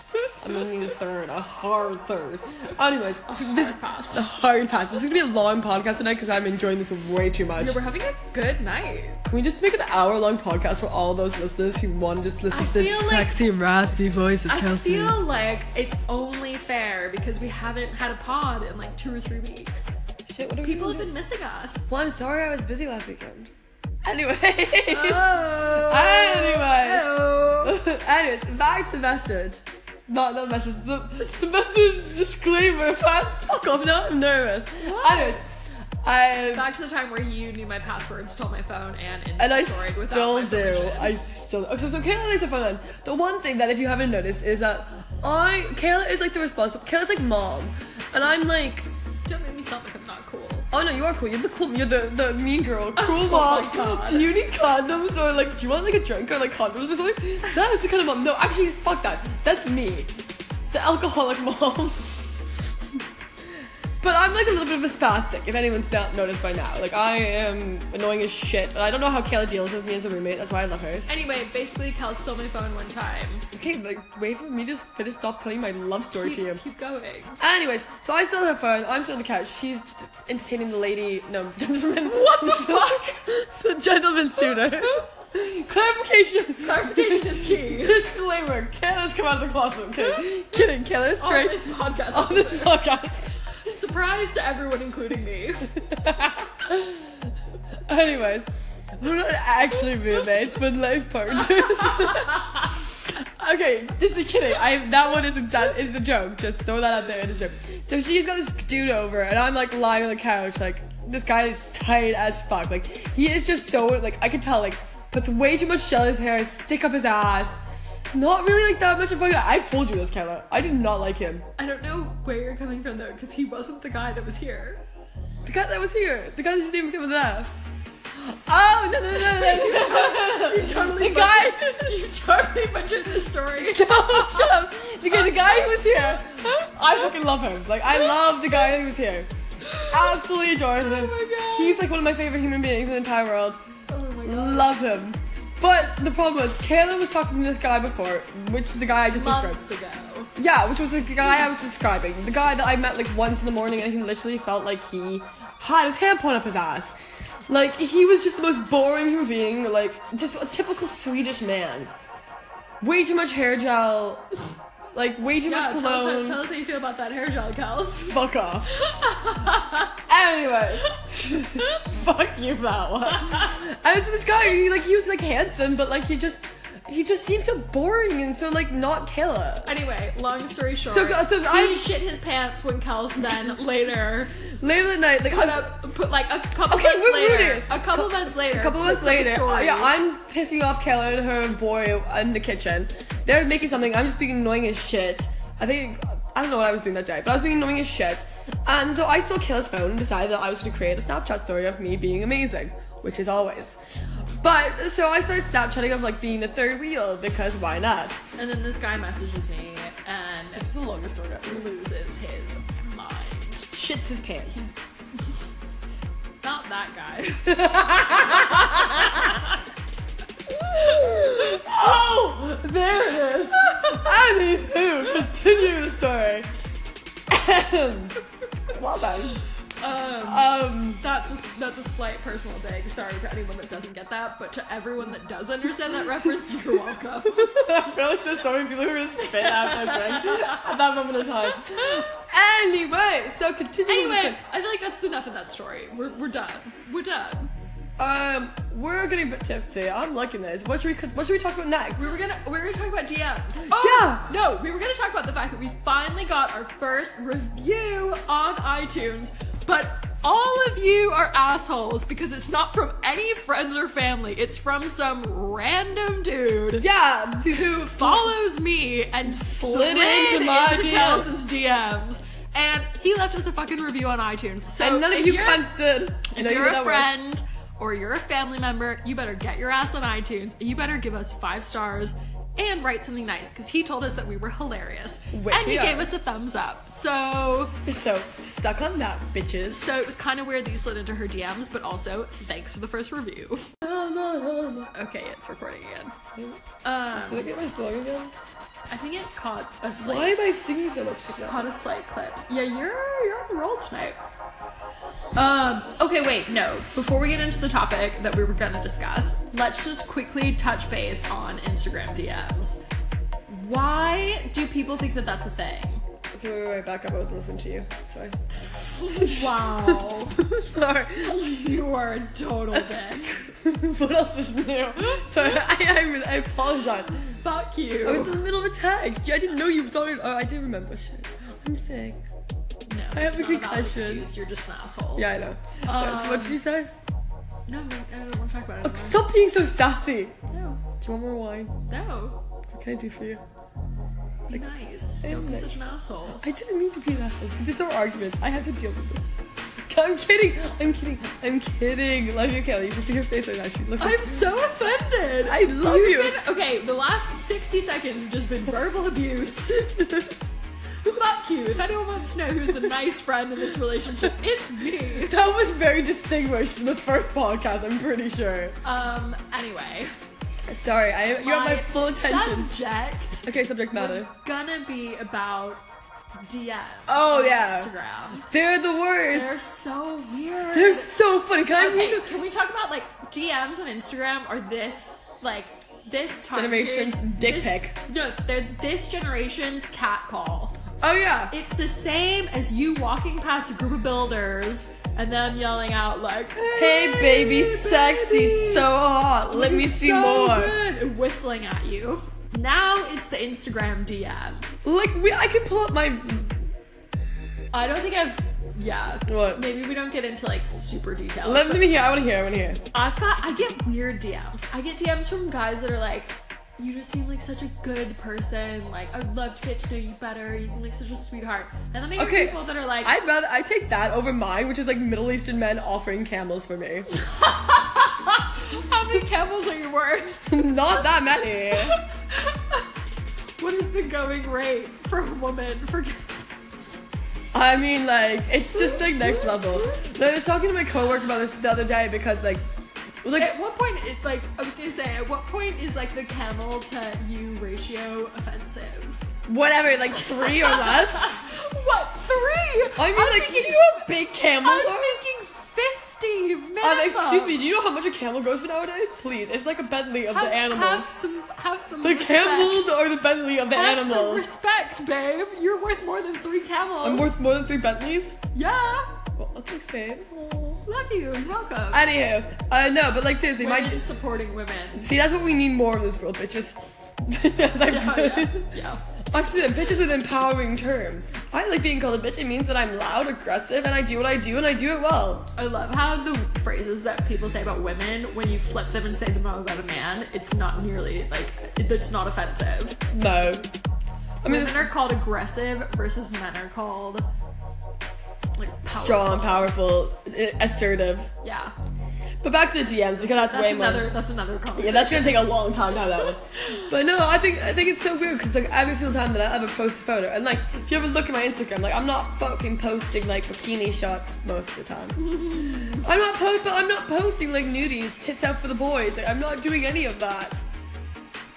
I'm getting a third, a hard third. Anyways, this
pass.
a hard pass. This is gonna be a long podcast tonight because I'm enjoying this way too much.
Yeah, we're having a good night.
Can we just make an hour long podcast for all those listeners who want to just listen
I
to this
feel like-
sexy, raspy voice of
I
Kelsey?
feel like it's only fair because we haven't had a pod in like two or three weeks.
Shit, what are we
People have
doing?
been missing us.
Well, I'm sorry I was busy last weekend. Anyway.
Oh.
Anyways. Anyways, back to message. Not that message. The, the message disclaimer. Fuck fuck off. Now I'm nervous.
What?
Anyways, I
Back to the time where you knew my password, stole my phone, and Insta
and I
storied without
still
my
do.
permission.
I still. Okay, so, so Kayla is a fun one. The one thing that if you haven't noticed is that I Kayla is like the responsible. Kayla's like mom, and I'm like.
Don't make me sound like I'm not cool.
Oh no, you are cool. You're the cool. You're the, the mean girl. Cool
Oh
mom.
my God.
Do you need condoms or like? Do you want like a drink or like condoms or something? That's the kind of mom. No, actually, fuck that. That's me, the alcoholic mom. but I'm like a little bit of a spastic. If anyone's not noticed by now, like I am annoying as shit, and I don't know how Kayla deals with me as a roommate. That's why I love her.
Anyway, basically, Kel stole my phone one time.
Okay, like wait for me to just finish. Stop telling my love story
Keep,
to you.
keep going.
Anyways, so I still have phone. I'm still on the couch. She's entertaining the lady. No, gentleman.
What the fuck?
the gentleman suitor. Clarification.
Clarification is key.
Disclaimer. Kayla's come out of the closet. Kidding. Kidding. Kayla's
On
straight
Oh, this podcast,
on this
episode.
podcast.
surprise to everyone, including me.
Anyways, we're not actually roommates, but life partners. okay, this is kidding. I that one is a that is a joke. Just throw that out there. It's a joke. So she's got this dude over, and I'm like lying on the couch, like this guy is tight as fuck. Like he is just so like I can tell like puts way too much shell in his hair, stick up his ass. Not really like that much of a fucking. I told you this, Kayla. I did not like him.
I don't know where you're coming from though, because he wasn't the guy that was here.
The guy that was here. The guy that didn't even give an F. Oh no no no no no! no.
You totally
The guy-
butchered- you totally butchered this story.
No, shut up. The guy, the guy who was here, I fucking love him. Like, I love the guy who was here. Absolutely adore him.
Oh my God.
He's like one of my favorite human beings in the entire world.
Oh my god.
Love him. But the problem was, Kayla was talking to this guy before, which is the guy I just
Months
described.
ago.
Yeah, which was the guy I was describing. The guy that I met like once in the morning and he literally felt like he had his tampon up his ass. Like, he was just the most boring human being, like, just a typical Swedish man. Way too much hair gel, like, way too
Yeah,
much
tell us, how,
cologne.
tell us how you feel about that hair gel, Kels.
Fuck off. anyway, fuck you for that one. I was this guy, he, like, he was like handsome, but like, he just, he just seemed so boring and so like not Kayla.
Anyway, long story short,
So, so
he
I-
shit his pants when Kels then later
Later that night, like, I
put
was,
up, put like a couple
Okay,
months
wait, wait,
later,
wait.
a couple months later,
a couple months
puts up a
later, Oh,
story.
yeah, I'm pissing off Kayla and her boy in the kitchen. They're making something. I'm just being annoying as shit. I think I don't know what I was doing that day, but I was being annoying as shit. And so I stole Kayla's phone and decided that I was going to create a Snapchat story of me being amazing, which is always. But so I started Snapchatting of like being the third wheel because why not?
and then this guy messages me and
This is the longest story ever.
loses his mind.
Shits his pants.
Not that guy.
oh, there it is. Anywho, continue the story. Ahem. well done.
Um,
Um,
that's a, that's a slight personal dig. Sorry to anyone that doesn't get that, but to everyone that does understand that reference, you're welcome.
I feel like there's so many people who are gonna spit out my drink at that moment in time. Anyway, so continue. the
anyway, I feel like that's enough of that story. We're, we're done. We're done.
story. um, we're getting a bit tipsy. I'm liking this. What should we? What should we talk about next?
We were gonna we were gonna talk about DMs.
Yeah.
No, we were gonna talk about the fact that we finally got our first review on iTunes, but all of you are assholes because it's not from any friends or family. It's from some random dude
Yeah,
who follows me and slid,
into
into,
my DMs.
Kels's DMs. And he left us a fucking review on iTunes. So
and none of
if
you
you're-
cunts did. I
if
know you
you're
heard
a
that word.
friend or you're a family member, you better get your ass on iTunes. You better give us five stars and write something nice because he told us that we were hilarious
Which
and
we
he
are.
gave us a thumbs up. So
So suck on that, bitches.
so it was kind of weird that you slid into her DMs, but also thanks for the first review. okay, it's recording again. Um,
Did I get my song again?
I think it caught a slight
Why am I singing so much right now?
caught a slight clips. Yeah, you're you're on a roll tonight. Um, okay, wait, no. Before we get into the topic that we were gonna discuss, let's just quickly touch base on Instagram DMs. Why do people think that that's a thing?
Okay, wait, wait, wait, back up. I was listening to you. Sorry.
Wow,
Sorry.
you are a total dick.
what else is new? Sorry, I, I, I apologize.
Fuck
I was
you.
in the middle of a text. I didn't know you started. Oh, I do remember. Shit. I'm sick.
No,
I
it's
have a
not valid
concussion.
excuse, You're just an asshole.
Yeah, I know. Yes, what did you say?
No, I don't want to talk about it.
Oh, stop being so sassy.
anymore.
Do you want more wine?
No, no.
What can I do for you?
Be nice. Don't be such an asshole.
I didn't mean to be an asshole. See, these are arguments. I have to deal with this. I'm kidding. I'm kidding. I'm kidding. Love you, Kelly. You can see her face right now. She looks.
I'm so offended.
I love you.
okay, the last 60 seconds have just been verbal abuse. Fuck you. If anyone wants to know who's the nice friend in this relationship, it's me.
That was very distinguished from the first podcast. I'm pretty sure.
Um, anyway.
Sorry, I you have my full attention.
subject
okay, subject
was
matter.
gonna be about DMs.
Oh,
on
yeah.
Instagram.
They're the worst.
They're so weird.
They're, so funny. Can I?
okay,
use
can we talk about like DMs on Instagram or this like this time
Generation's
period-
dick
this-
pic.
No, they're this generation's cat call.
a- oh yeah.
It's the same as you walking past a group of builders and them yelling out like,
Hey baby, sexy, so hot. Let me
it's
see
so
more.
good," and whistling at you." Now it's the Instagram DM.
Like we, I can pull up my
I don't think I've. Yeah.
What?
Maybe we don't get into like super detail.
Let me hear. I want to hear. I want to hear.
I've got I get weird DMs. I get DMs from guys that are like, you just seem like such a good person. Like I'd love to get to know you better. You seem like such a sweetheart. And then I get
Okay.
people that are like,
I'd rather I take that over mine, which is like Middle Eastern men offering camels for me.
how many camels are you worth?
Not that many.
what is the going rate for a woman for camels?
I mean, like it's just like next level. Like, I was talking to my coworker about this the other day because like, like
At what point, it, like I was gonna say, at what point is like the camel to you ratio offensive?
whatever, like three or less.
What three?
I mean,
I'm
like, do
thinking-
you know how big camels
I'm
are?
thinking fifty minimum.
Um, excuse me, do you know how much a camel goes for nowadays? Please, it's like a Bentley of
Have,
the animals.
have some, have some.
the
respect.
camels are the Bentley of the
have some
animals.
respect, babe. You're worth more than three camels.
I'm worth more than three Bentleys.
Yeah,
Well, thanks, babe.
love you. You're welcome.
Anywho, uh, no, but like seriously,
Women
my
supporting women.
see, that's what we need more of this world, bitches. As I-
Yeah, yeah, yeah.
Actually, bitch is an empowering term. I like being called a bitch. It means that I'm loud, aggressive, and I do what I do, and I do it well.
I love how the phrases that people say about women, when you flip them and say them about a man, it's not nearly like it- it's not offensive.
No, I mean
women are called aggressive versus men are called like powerful.
strong, powerful, a- assertive.
Yeah,
But back to the DMs because that's,
that's
way more.
another. That's another
Yeah,
conversation.
that's gonna take a long time to have that one. But no, I think I think it's so weird because like every single time that I ever post a photo, and like if you ever look at my Instagram, like I'm not fucking posting like bikini shots most of the time. I'm not po- but I'm not posting like nudies, tits out for the boys. Like I'm not doing any of that.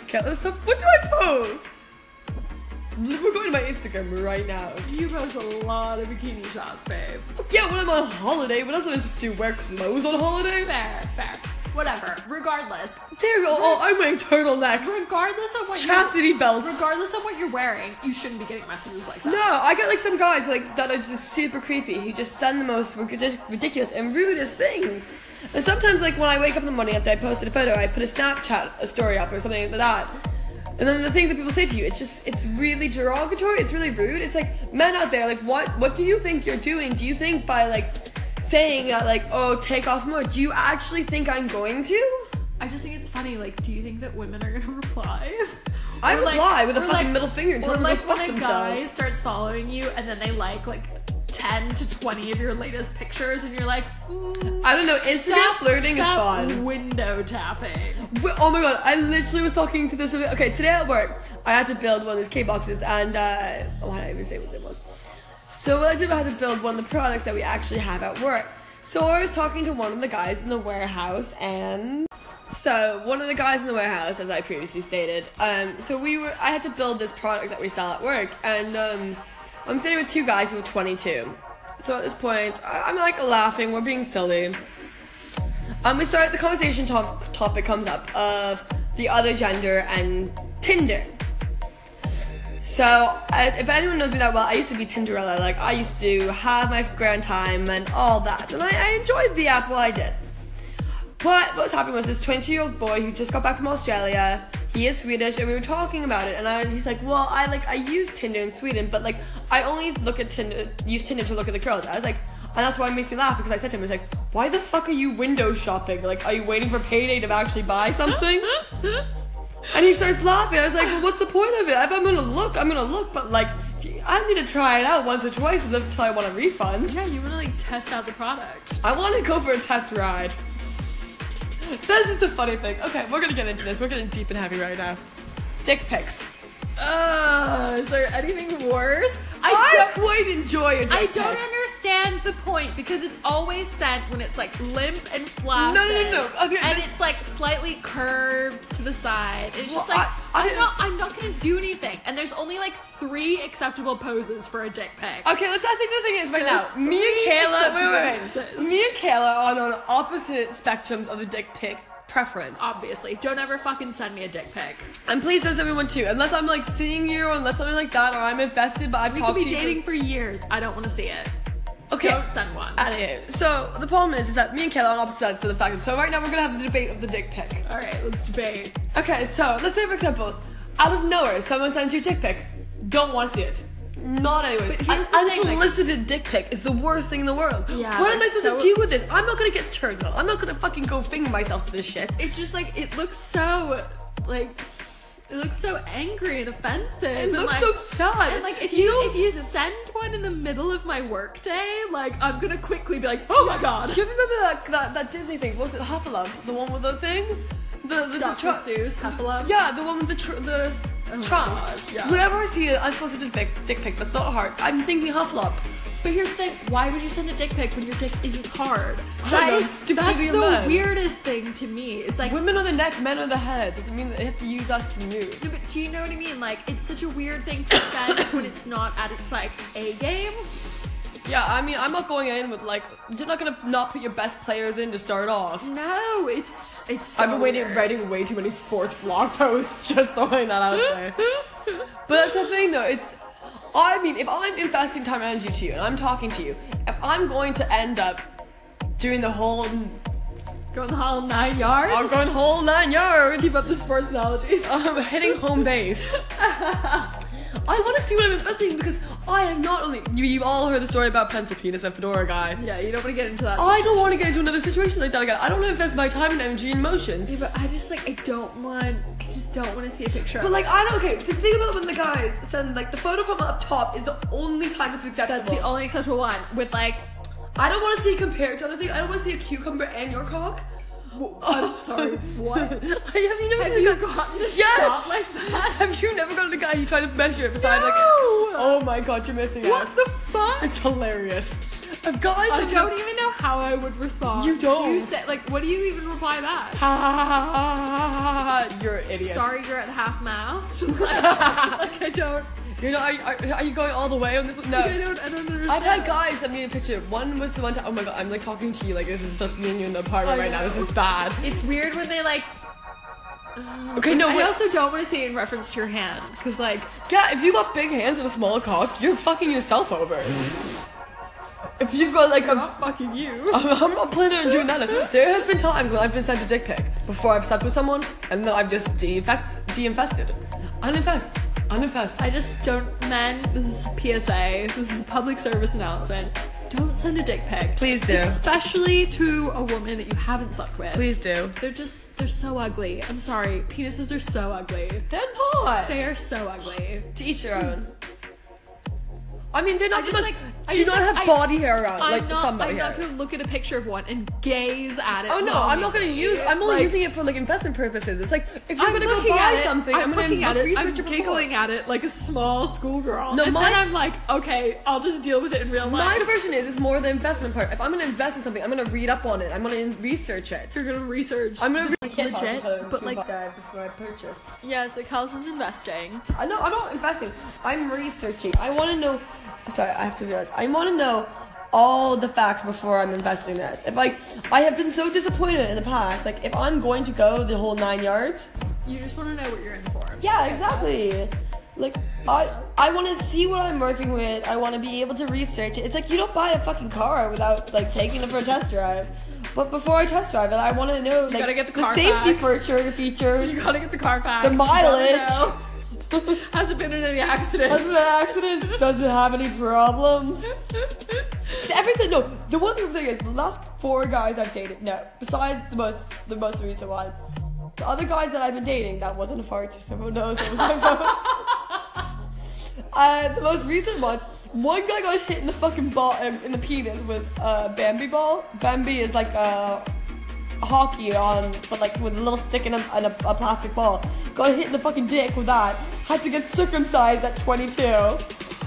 Okay, let's stop. What do I post? We're going to my Instagram right now.
you post a lot of bikini shots, babe.
Yeah, when I'm on holiday, what else am I supposed to do? Wear clothes on holiday?
Fair, fair. Whatever. Regardless,
There you go. Oh, I'm wearing turtlenecks,
regardless of what
chastity
you,
belts.
regardless of what you're wearing, you shouldn't be getting messages like that.
No, I get like some guys like that are just super creepy. Who just send the most ridic- ridiculous and rudest things. And sometimes like when I wake up in the morning after I posted a photo, I put a Snapchat a story up or something like that. And then the things that people say to you, it's just it's really derogatory. It's really rude. It's like men out there, like what what do you think you're doing? Do you think by like saying that like oh take off more, do you actually think I'm going to?
I just think it's funny. Like, do you think that women are gonna reply?
I
Or, like-
reply with a
or,
fucking middle finger and tell
or
them to
like
go fuck
when a guy
themselves.
starts following you and then they like like ten to twenty of your latest pictures, and you're like, "Ooh,
I don't know, Instagram
stop-
flirting is
stop
fun.
Window tapping.
Wait, oh my god, I literally was talking to this. Okay, today at work, I had to build one of these K boxes, and uh, oh, why did I even say what it was? So I did I had to build one of the products that we actually have at work. So I was talking to one of the guys in the warehouse, and so one of the guys in the warehouse, as I previously stated, um, so we were I had to build this product that we sell at work, and um, I'm sitting with two guys who are 22. So at this point, I, I'm like laughing, we're being silly. Um, we start the conversation top- topic comes up of the other gender and Tinder. So, I, if anyone knows me that well, I used to be Tinderella. Like, I used to have my grand time and all that. And I, I enjoyed the app while I did. But what was happening was this 22 year old boy who just got back from Australia. He is Swedish, and we were talking about it. And I, he's like, "Well, I like I use Tinder in Sweden, but like I only look at Tinder, use Tinder to look at the girls." I was like, and that's why it makes me laugh because I said to him, "I was like, why the fuck are you window shopping? Like, are you waiting for payday to actually buy something?" and he starts laughing. I was like, "Well, what's the point of it? If I'm gonna look, I'm gonna look, but like, I need to try it out once or twice until I want a refund."
Yeah, you want to like test out the product.
I want to go for a test ride. This is the funny thing. Okay, we're gonna get into this. We're getting deep and heavy right now. Dick pics.
Uh, is there anything worse?
I,
I don't.
quite enjoy a dick
I don't
pic.
understand the point because it's always sent when it's like limp and flaccid.
no, no. Okay,
and
this-
it's like slightly curved to the side. It's just
Well,
like
I- I-
am not. I'm not gonna do anything. And there's only like three acceptable poses for a dick pic.
Okay, let's. I think the thing is right now,
There's
me
three
and Kayla,
acceptable
wait, wait, wait.
poses.
Me and Kayla are on opposite spectrums of the dick pic preference.
Obviously, don't ever fucking send me a dick pic.
And please don't send me one too, unless I'm like seeing you, or unless something like that, or I'm invested. But I've
We could
talked
be
to you.
dating for years. I don't want to see it.
okay.
Don't send one.
Out of here. So the problem is, is that me and Kayla are on opposite sides to the fact. So right now we're gonna have the debate of the dick pic.
All right, let's debate.
Okay, so let's say for example, out of nowhere, someone sends you a dick pic. Don't want to see it. Not anyway.
But
An
here's the thing, like-
unsolicited dick pic is the worst thing in the world.
Yeah,
what am I
that's
supposed to
so-
do with this? I'm not gonna get turned on. I'm not gonna fucking go finger myself to this shit.
it's just like it looks so like it looks so angry and offensive.
It
and,
looks
like,
so sad.
And like if
You
you
know-
if you send one in the middle of my workday, like I'm gonna quickly be like, oh my god.
Do you remember that, that that Disney thing? What was it Hufflepuff? The one with the thing? The the, the
Dr.
truck.
Seuss, Hufflepuff.
Yeah, the one with the tr- the s-
Oh my
trunk.
God, yeah.
Whenever I see an unsolicited dick, dick pic that's not hard, I'm thinking Hufflepuff.
But here's the thing: why would you send a dick pic when your dick isn't hard?
I
That
know,
is
it's
that's
stupidity
the
of men.
weirdest thing to me. It's like.
Women on the neck, men on the head. Doesn't mean that they have to use us to move.
no, but do you know what I mean? Like, it's such a weird thing to send when it's not at its like a game.
Yeah, I mean, I'm not going in with like, you're not gonna not put your best players in to start off.
No, it's it's. So
I've been waiting,
weird.
writing way too many sports blog posts, just throwing that out there. but that's the thing, though. It's, I mean, if I'm investing time and energy to you, and I'm talking to you, if I'm going to end up doing the whole,
Going the whole nine yards.
I'm going whole nine yards,
Keep up the sports analogies.
I'm hitting home base. I want to see what I'm investing in because I have not only you, you all heard the story about pencil penis and fedora guy.
yeah, you don't want to get into that.
I don't want to get into another situation like that again. I don't want to invest my time and energy in emotions.
Yeah, but I just like I don't want. I just don't want to see a picture.
But like I don't okay, the thing about when the guys send like the photo from up top is the only time it's acceptable.
that's the only acceptable one. With like,
I don't wanna see it compared to other things. I don't wanna see a cucumber and your cock.
I'm sorry, what?
have you never
have
seen
you
a guy-
gotten a
Yes!
shot like that?
Have you never gotten a guy who tried to measure it beside like
No!
Oh my god, you're missing
What
out.
the fuck?
It's hilarious. Of guys
I
who-
don't even know how I would respond.
You don't.
Do you say like what do you even reply back?
Ha, ha, ha, ha, ha, ha. You're an idiot.
Sorry, you're at half mast. like, like, I don't.
You're not, are, you- are, are you going all the way on this one? No.
I don't. I don't understand.
I've had guys send me a picture. One was the one time, oh my god, I'm like talking to you, like this is just me and you in the apartment
I
right now,
know.
this is bad.
It's weird when they like.
Okay, no,
I
wait.
also don't want to see it in reference to your hand because like
Yeah, if you got big hands and a small cock, you're fucking yourself over. if you've got like
I'm
a.
not fucking you.
I'm, I'm not planning on doing that. There has been times when I've been sent a dick pic before I've slept with someone, and then I've just de-infest, de-infested. Uninfest. Uninfest.
I just don't, men. This is PSA. This is a public service announcement. Don't send a dick pic.
Please do.
Especially to a woman that you haven't sucked with.
Please do.
They're just, they're so ugly. I'm sorry. Penises are so ugly.
They're not.
They are so ugly.
to each your own. I mean, they're not
I
the
just,
most.
like- I
do
just,
not
like,
have
I-
body hair around
I'm
like
not.
somebody
I'm
hair.
not gonna look at a picture of one and gaze at it.
Oh no,
while
I'm not gonna
eat.
use. I'm only
Like,
using it for like investment purposes. It's like if you're
I'm
gonna go
looking at
buy
it,
something,
I'm,
gonna
looking at it. I'm
research it before.
giggling at it like a small schoolgirl.
No,
and
my-
then I'm like, okay, I'll just deal with it in real
My
life.
version is is more the investment part. If I'm gonna invest in something, I'm gonna read up on it. I'm gonna research it.
You're gonna research.
I'm gonna.
I
Re-
can't talk to each
legit,
other
but,
between
like-
that before I purchase.
yeah, so Cal's is investing.
I know I'm not investing. I'm researching. I want to know. Sorry, I have to realize. I want to know all the facts before I'm investing this. If like I have been so disappointed in the past, like if I'm going to go the whole nine yards.
You just want to know what you're in for.
Yeah, exactly. Like I I want to see what I'm working with. I want to be able to research it. It's like you don't buy a fucking car without like taking it for a test drive. But before I test drive it, I want to know like
gotta get the
safety
Carfax.
feature features.
You gotta get the car back.
The mileage.
Has it been in any accidents?
Has it been accidents? Does it have any problems? It's everything. No, the one thing thing is the last four guys I've dated. No, besides the most the most recent one, the other guys that I've been dating. That wasn't a fart. Just everyone knows that was my phone. uh, the most recent ones. One guy got hit in the fucking ball um, in, in the penis with a Bambi ball. Bambi is like a hockey on, but like with a little stick and a, and a, a plastic ball. Got hit in the fucking dick with that. Had to get circumcised at 22.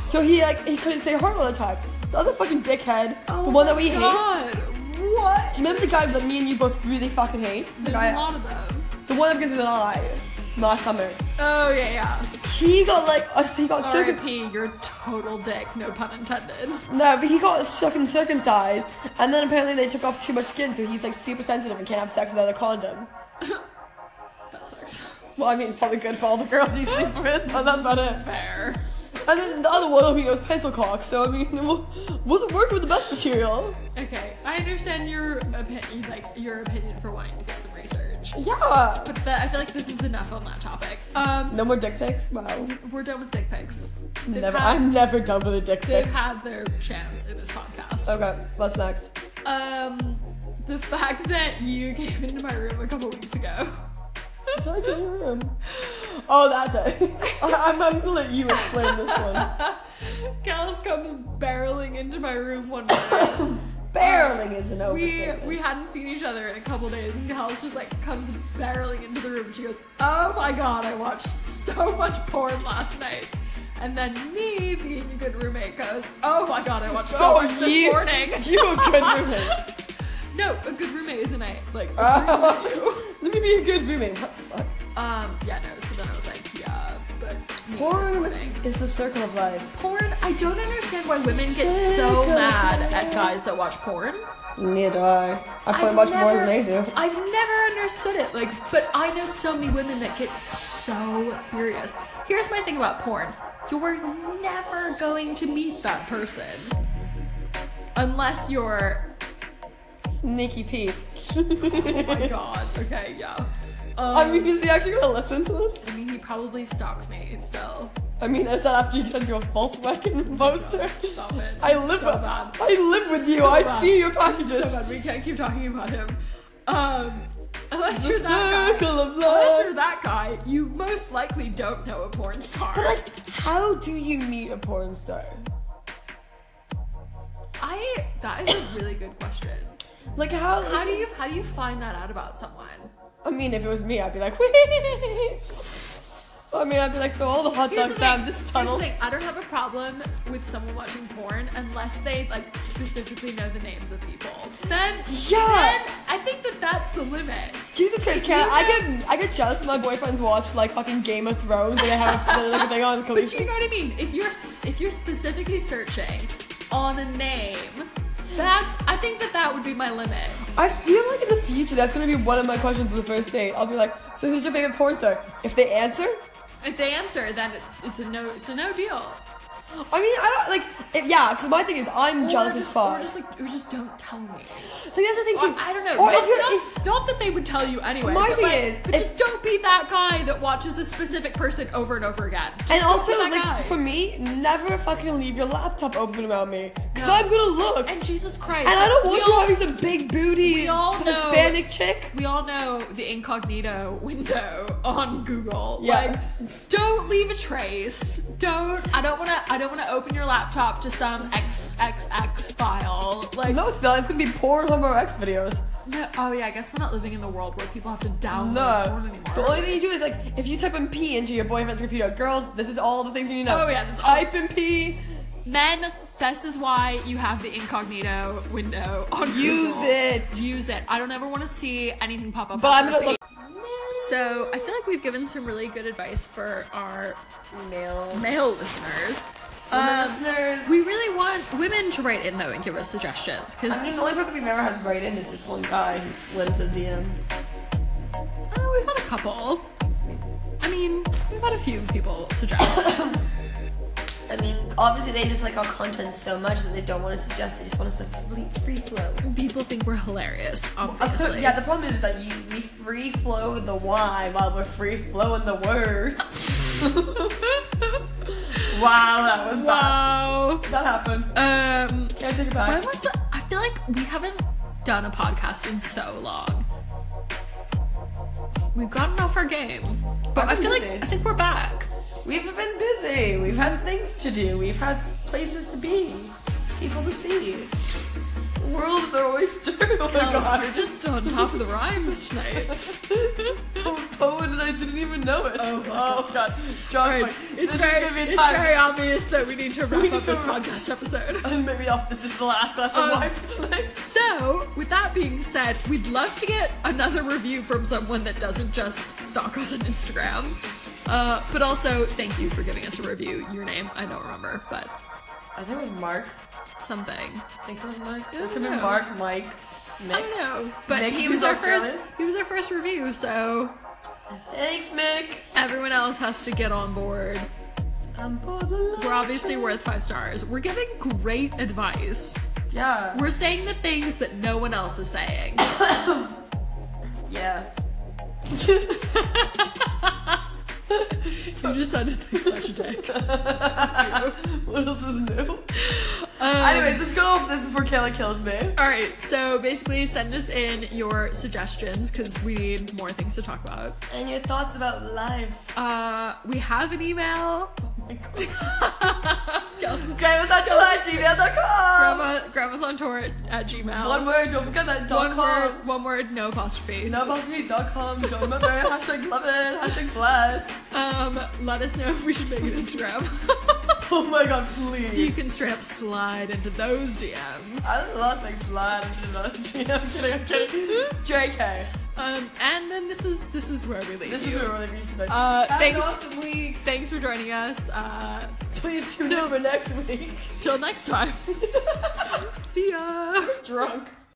So he like he couldn't say heart all the time. The other fucking dickhead, the one that we hate.
Oh God, what?
Do you remember the guy that me and you both really fucking hate? The
There's
guy,
a lot of them.
the one that begins with an I. from Last summer,
Oh yeah,
he got like uh, he got
yeah.
circum-
R.I.P. You're a total dick. No pun intended.
no, but he got fucking circumcised, and then apparently they took off too much skin, so he's like super sensitive and can't have sex without a condom.
That sucks.
Well, I mean, it's probably good for all the girls he sleeps with, but that's about it.
Fair.
And then the other one, I mean, it was pencil cock, so I mean, it wa- wasn't working with the best material.
Okay, I understand your opinion, like your opinion for wanting to get some research,
Yeah.
but that, I feel like this is enough on that topic. Um,
No more dick pics? Wow.
we're done with dick pics. They've
Never.
had-
I'm never done with a dick
They've
pic.
had their chance in this podcast.
Okay, what's next?
Um, the fact that you came into my room a couple weeks ago.
Shall I turn your room? Oh, that's it. I- I'm, I'm gonna let you explain this one.
Gallus comes barreling into my room one morning.
Barreling Oh, is an
we
overstatement.
we hadn't seen each other in a couple days, and Gallus just like comes barreling into the room. She goes, "Oh my god, I watched so much porn last night." And then me, being a good roommate, goes, "Oh my god, I watched so
Oh,
much this
you-
morning."
you a good roommate. Uh.
no, a good roommate isn't I like. a
Oh, let me be a good roommate. What the fuck?
Um, yeah, no. So then I was like, yeah, but me this
Porn
morning.
is the circle of life.
Porn. I don't understand why women get so mad at guys that watch porn.
Neither do I. I probably
I've
watch more than they
never-
do.
I've never understood it. Like, but I know so many women that get so furious. Here's my thing about porn: you're never going to meet that person unless you're.
Sneaky Pete.
Oh my god. Okay, yeah. Um,
I mean, is he actually gonna listen to this?
I mean, he probably stalks me still.
I mean, is that after you send you a Volkswagen poster?
Stop it.
I live
so
with
bad.
I live with you.
So
I
bad.
see your
so
packages.
bad. We can't keep talking about him. Um, unless
the
you're that guy.
circle of
Unless you're
life.
that guy, you most likely don't know a porn star.
But like, how do you meet a porn star?
I that is a really good question.
Like, how?
How do you how do you find that out about someone?
I mean, if it was me, I'd be like, I mean, I'd be like, throw all the hot dogs down this tunnel.
Here's the thing. I don't have a problem with someone watching porn unless they like specifically know the names of people. Then
Yeah.
then I think that that's the limit.
Jesus Christ,
If
Kat,
you
I
know-
get I get jealous when my boyfriends watch like fucking Game of Thrones and they have a, like, a thing on.
But you know what I mean. If you're s- if you're specifically searching on a name, that's I think that that would be my limit.
I feel like in the future that's gonna be one of my questions for the first date. I'll be like, so who's your favorite porn star? If they answer,
If they answer, then it's it's a no it's a no deal.
I mean, I don't like. If, yeah, because my thing is I'm jealous
or
as
just,
fuck.
Or just like or just don't tell me.
Like, that's the thing
Or,
too.
I don't know.
Or
not,
if you're,
not,
if-
not that they would tell you anyway.
My
but
thing
like-
is,
but
if-
just don't be that guy that watches a specific person over and over again. Just
and
don't
also
be that
like
guy.
for me, never fucking leave your laptop open around me because
No.
I'm gonna look. And,
and Jesus Christ,
I don't
we
want you
all,
having some big booty
we all know-
Hispanic chick.
We all know the incognito window on Google.
Yeah.
Like, don't leave a trace. Don't. I don't want to. I don't want to open your laptop to some XXX file. Like,
No, it's not. It's gonna be porn homo X videos.
no- oh yeah, I guess we're not living in the world where people have to download
No.
porn anymore.
The only thing you do is like if you type in P into your boyfriend's computer, girls, this is all the things you need to know.
Oh, yeah, that's all-
type in P.
Men, this is why you have the incognito window on
Use
Google.
it.
Use it. I don't ever want to see anything pop up.
But
on
I'm
your
gonna look-
feed. So I feel like we've given some really good advice for our
Male.
male listeners. Um,
Listeners.
we really want women to write in though and give us suggestions
I mean,
because
the only person we've ever had write in is this one guy who slid into the DM.
Oh, we've had a couple. I mean, we've had a few people suggest.
I mean, obviously they just like our content so much that they don't want to suggest. They just want us to free, free flow.
people think we're hilarious,
Of course-
obviously.
Yeah, the problem is that you we free flow with the Y while we're free flowing the words. wow, that was bad.
Wow.
That happened.
Um.
Can't take
When
it back.
was the, I feel like we haven't done a podcast in so long. We've gotten off our game, but
I've
I
been
feel like
busy.
I think we're back.
We've been busy. We've had things to do. We've had places to be, people to see. World's our oyster. Oh my
Plus,
god.
we're just on top of the rhymes tonight.
Oh, poet and I didn't even know it.
Oh my
god. Josh,
Alright,
like,
it's
this is gonna
very,
be a
it's
time.
very obvious that we need to wrap up this
Yeah.
podcast episode.
and maybe off this is the last glass
Um,
of wine for tonight.
So, with that being said, we'd love to get another review from someone that doesn't just stalk us on Instagram. Uh, but also, thank you for giving us a review. Your name, I don't remember, but
I think it was Mark.
something.
I think it was Mark. It
don't
could have been
know.
Mark, Mike,
I
Mick.
don't know, but
Nick,
he
who's
was our
Australian?
first. He was our first review, so
Thanks, Mick.
everyone else has to get on board.
I'm for the love.
We're obviously worth five stars. We're giving great advice.
Yeah.
We're saying the things that no one else is saying.
yeah.
you just sounded like such a dick.
what else is new?
Um,
Anyways, let's go off this before Kayla kills me.
All right, so basically send us in your suggestions because we need more things to talk about.
And your thoughts about life.
Uh, we have an email.
Oh my god.
Kelsey's
Grandma's on tour at gmail.com.
grandma, grandma's on tour at, at Gmail.
One word, don't forget that. Dot
One
com.
word, one word, no apostrophe.
No, about me, dot com. Don't remember. hashtag love it. Hashtag blessed.
Um, let us know if we should make an Instagram.
Oh my god, please.
so you can straight up slide into those DMs.
I love things lying into the I'm kidding, I'm kidding. JK.
Um, and then this is this is where we leave
This
you.
is a really good today.
Uh,
Have
thanks.
An awesome week.
Thanks for joining us. Uh,
Please tune
Don't-
in for next week.
till next time. See ya.
Drunk.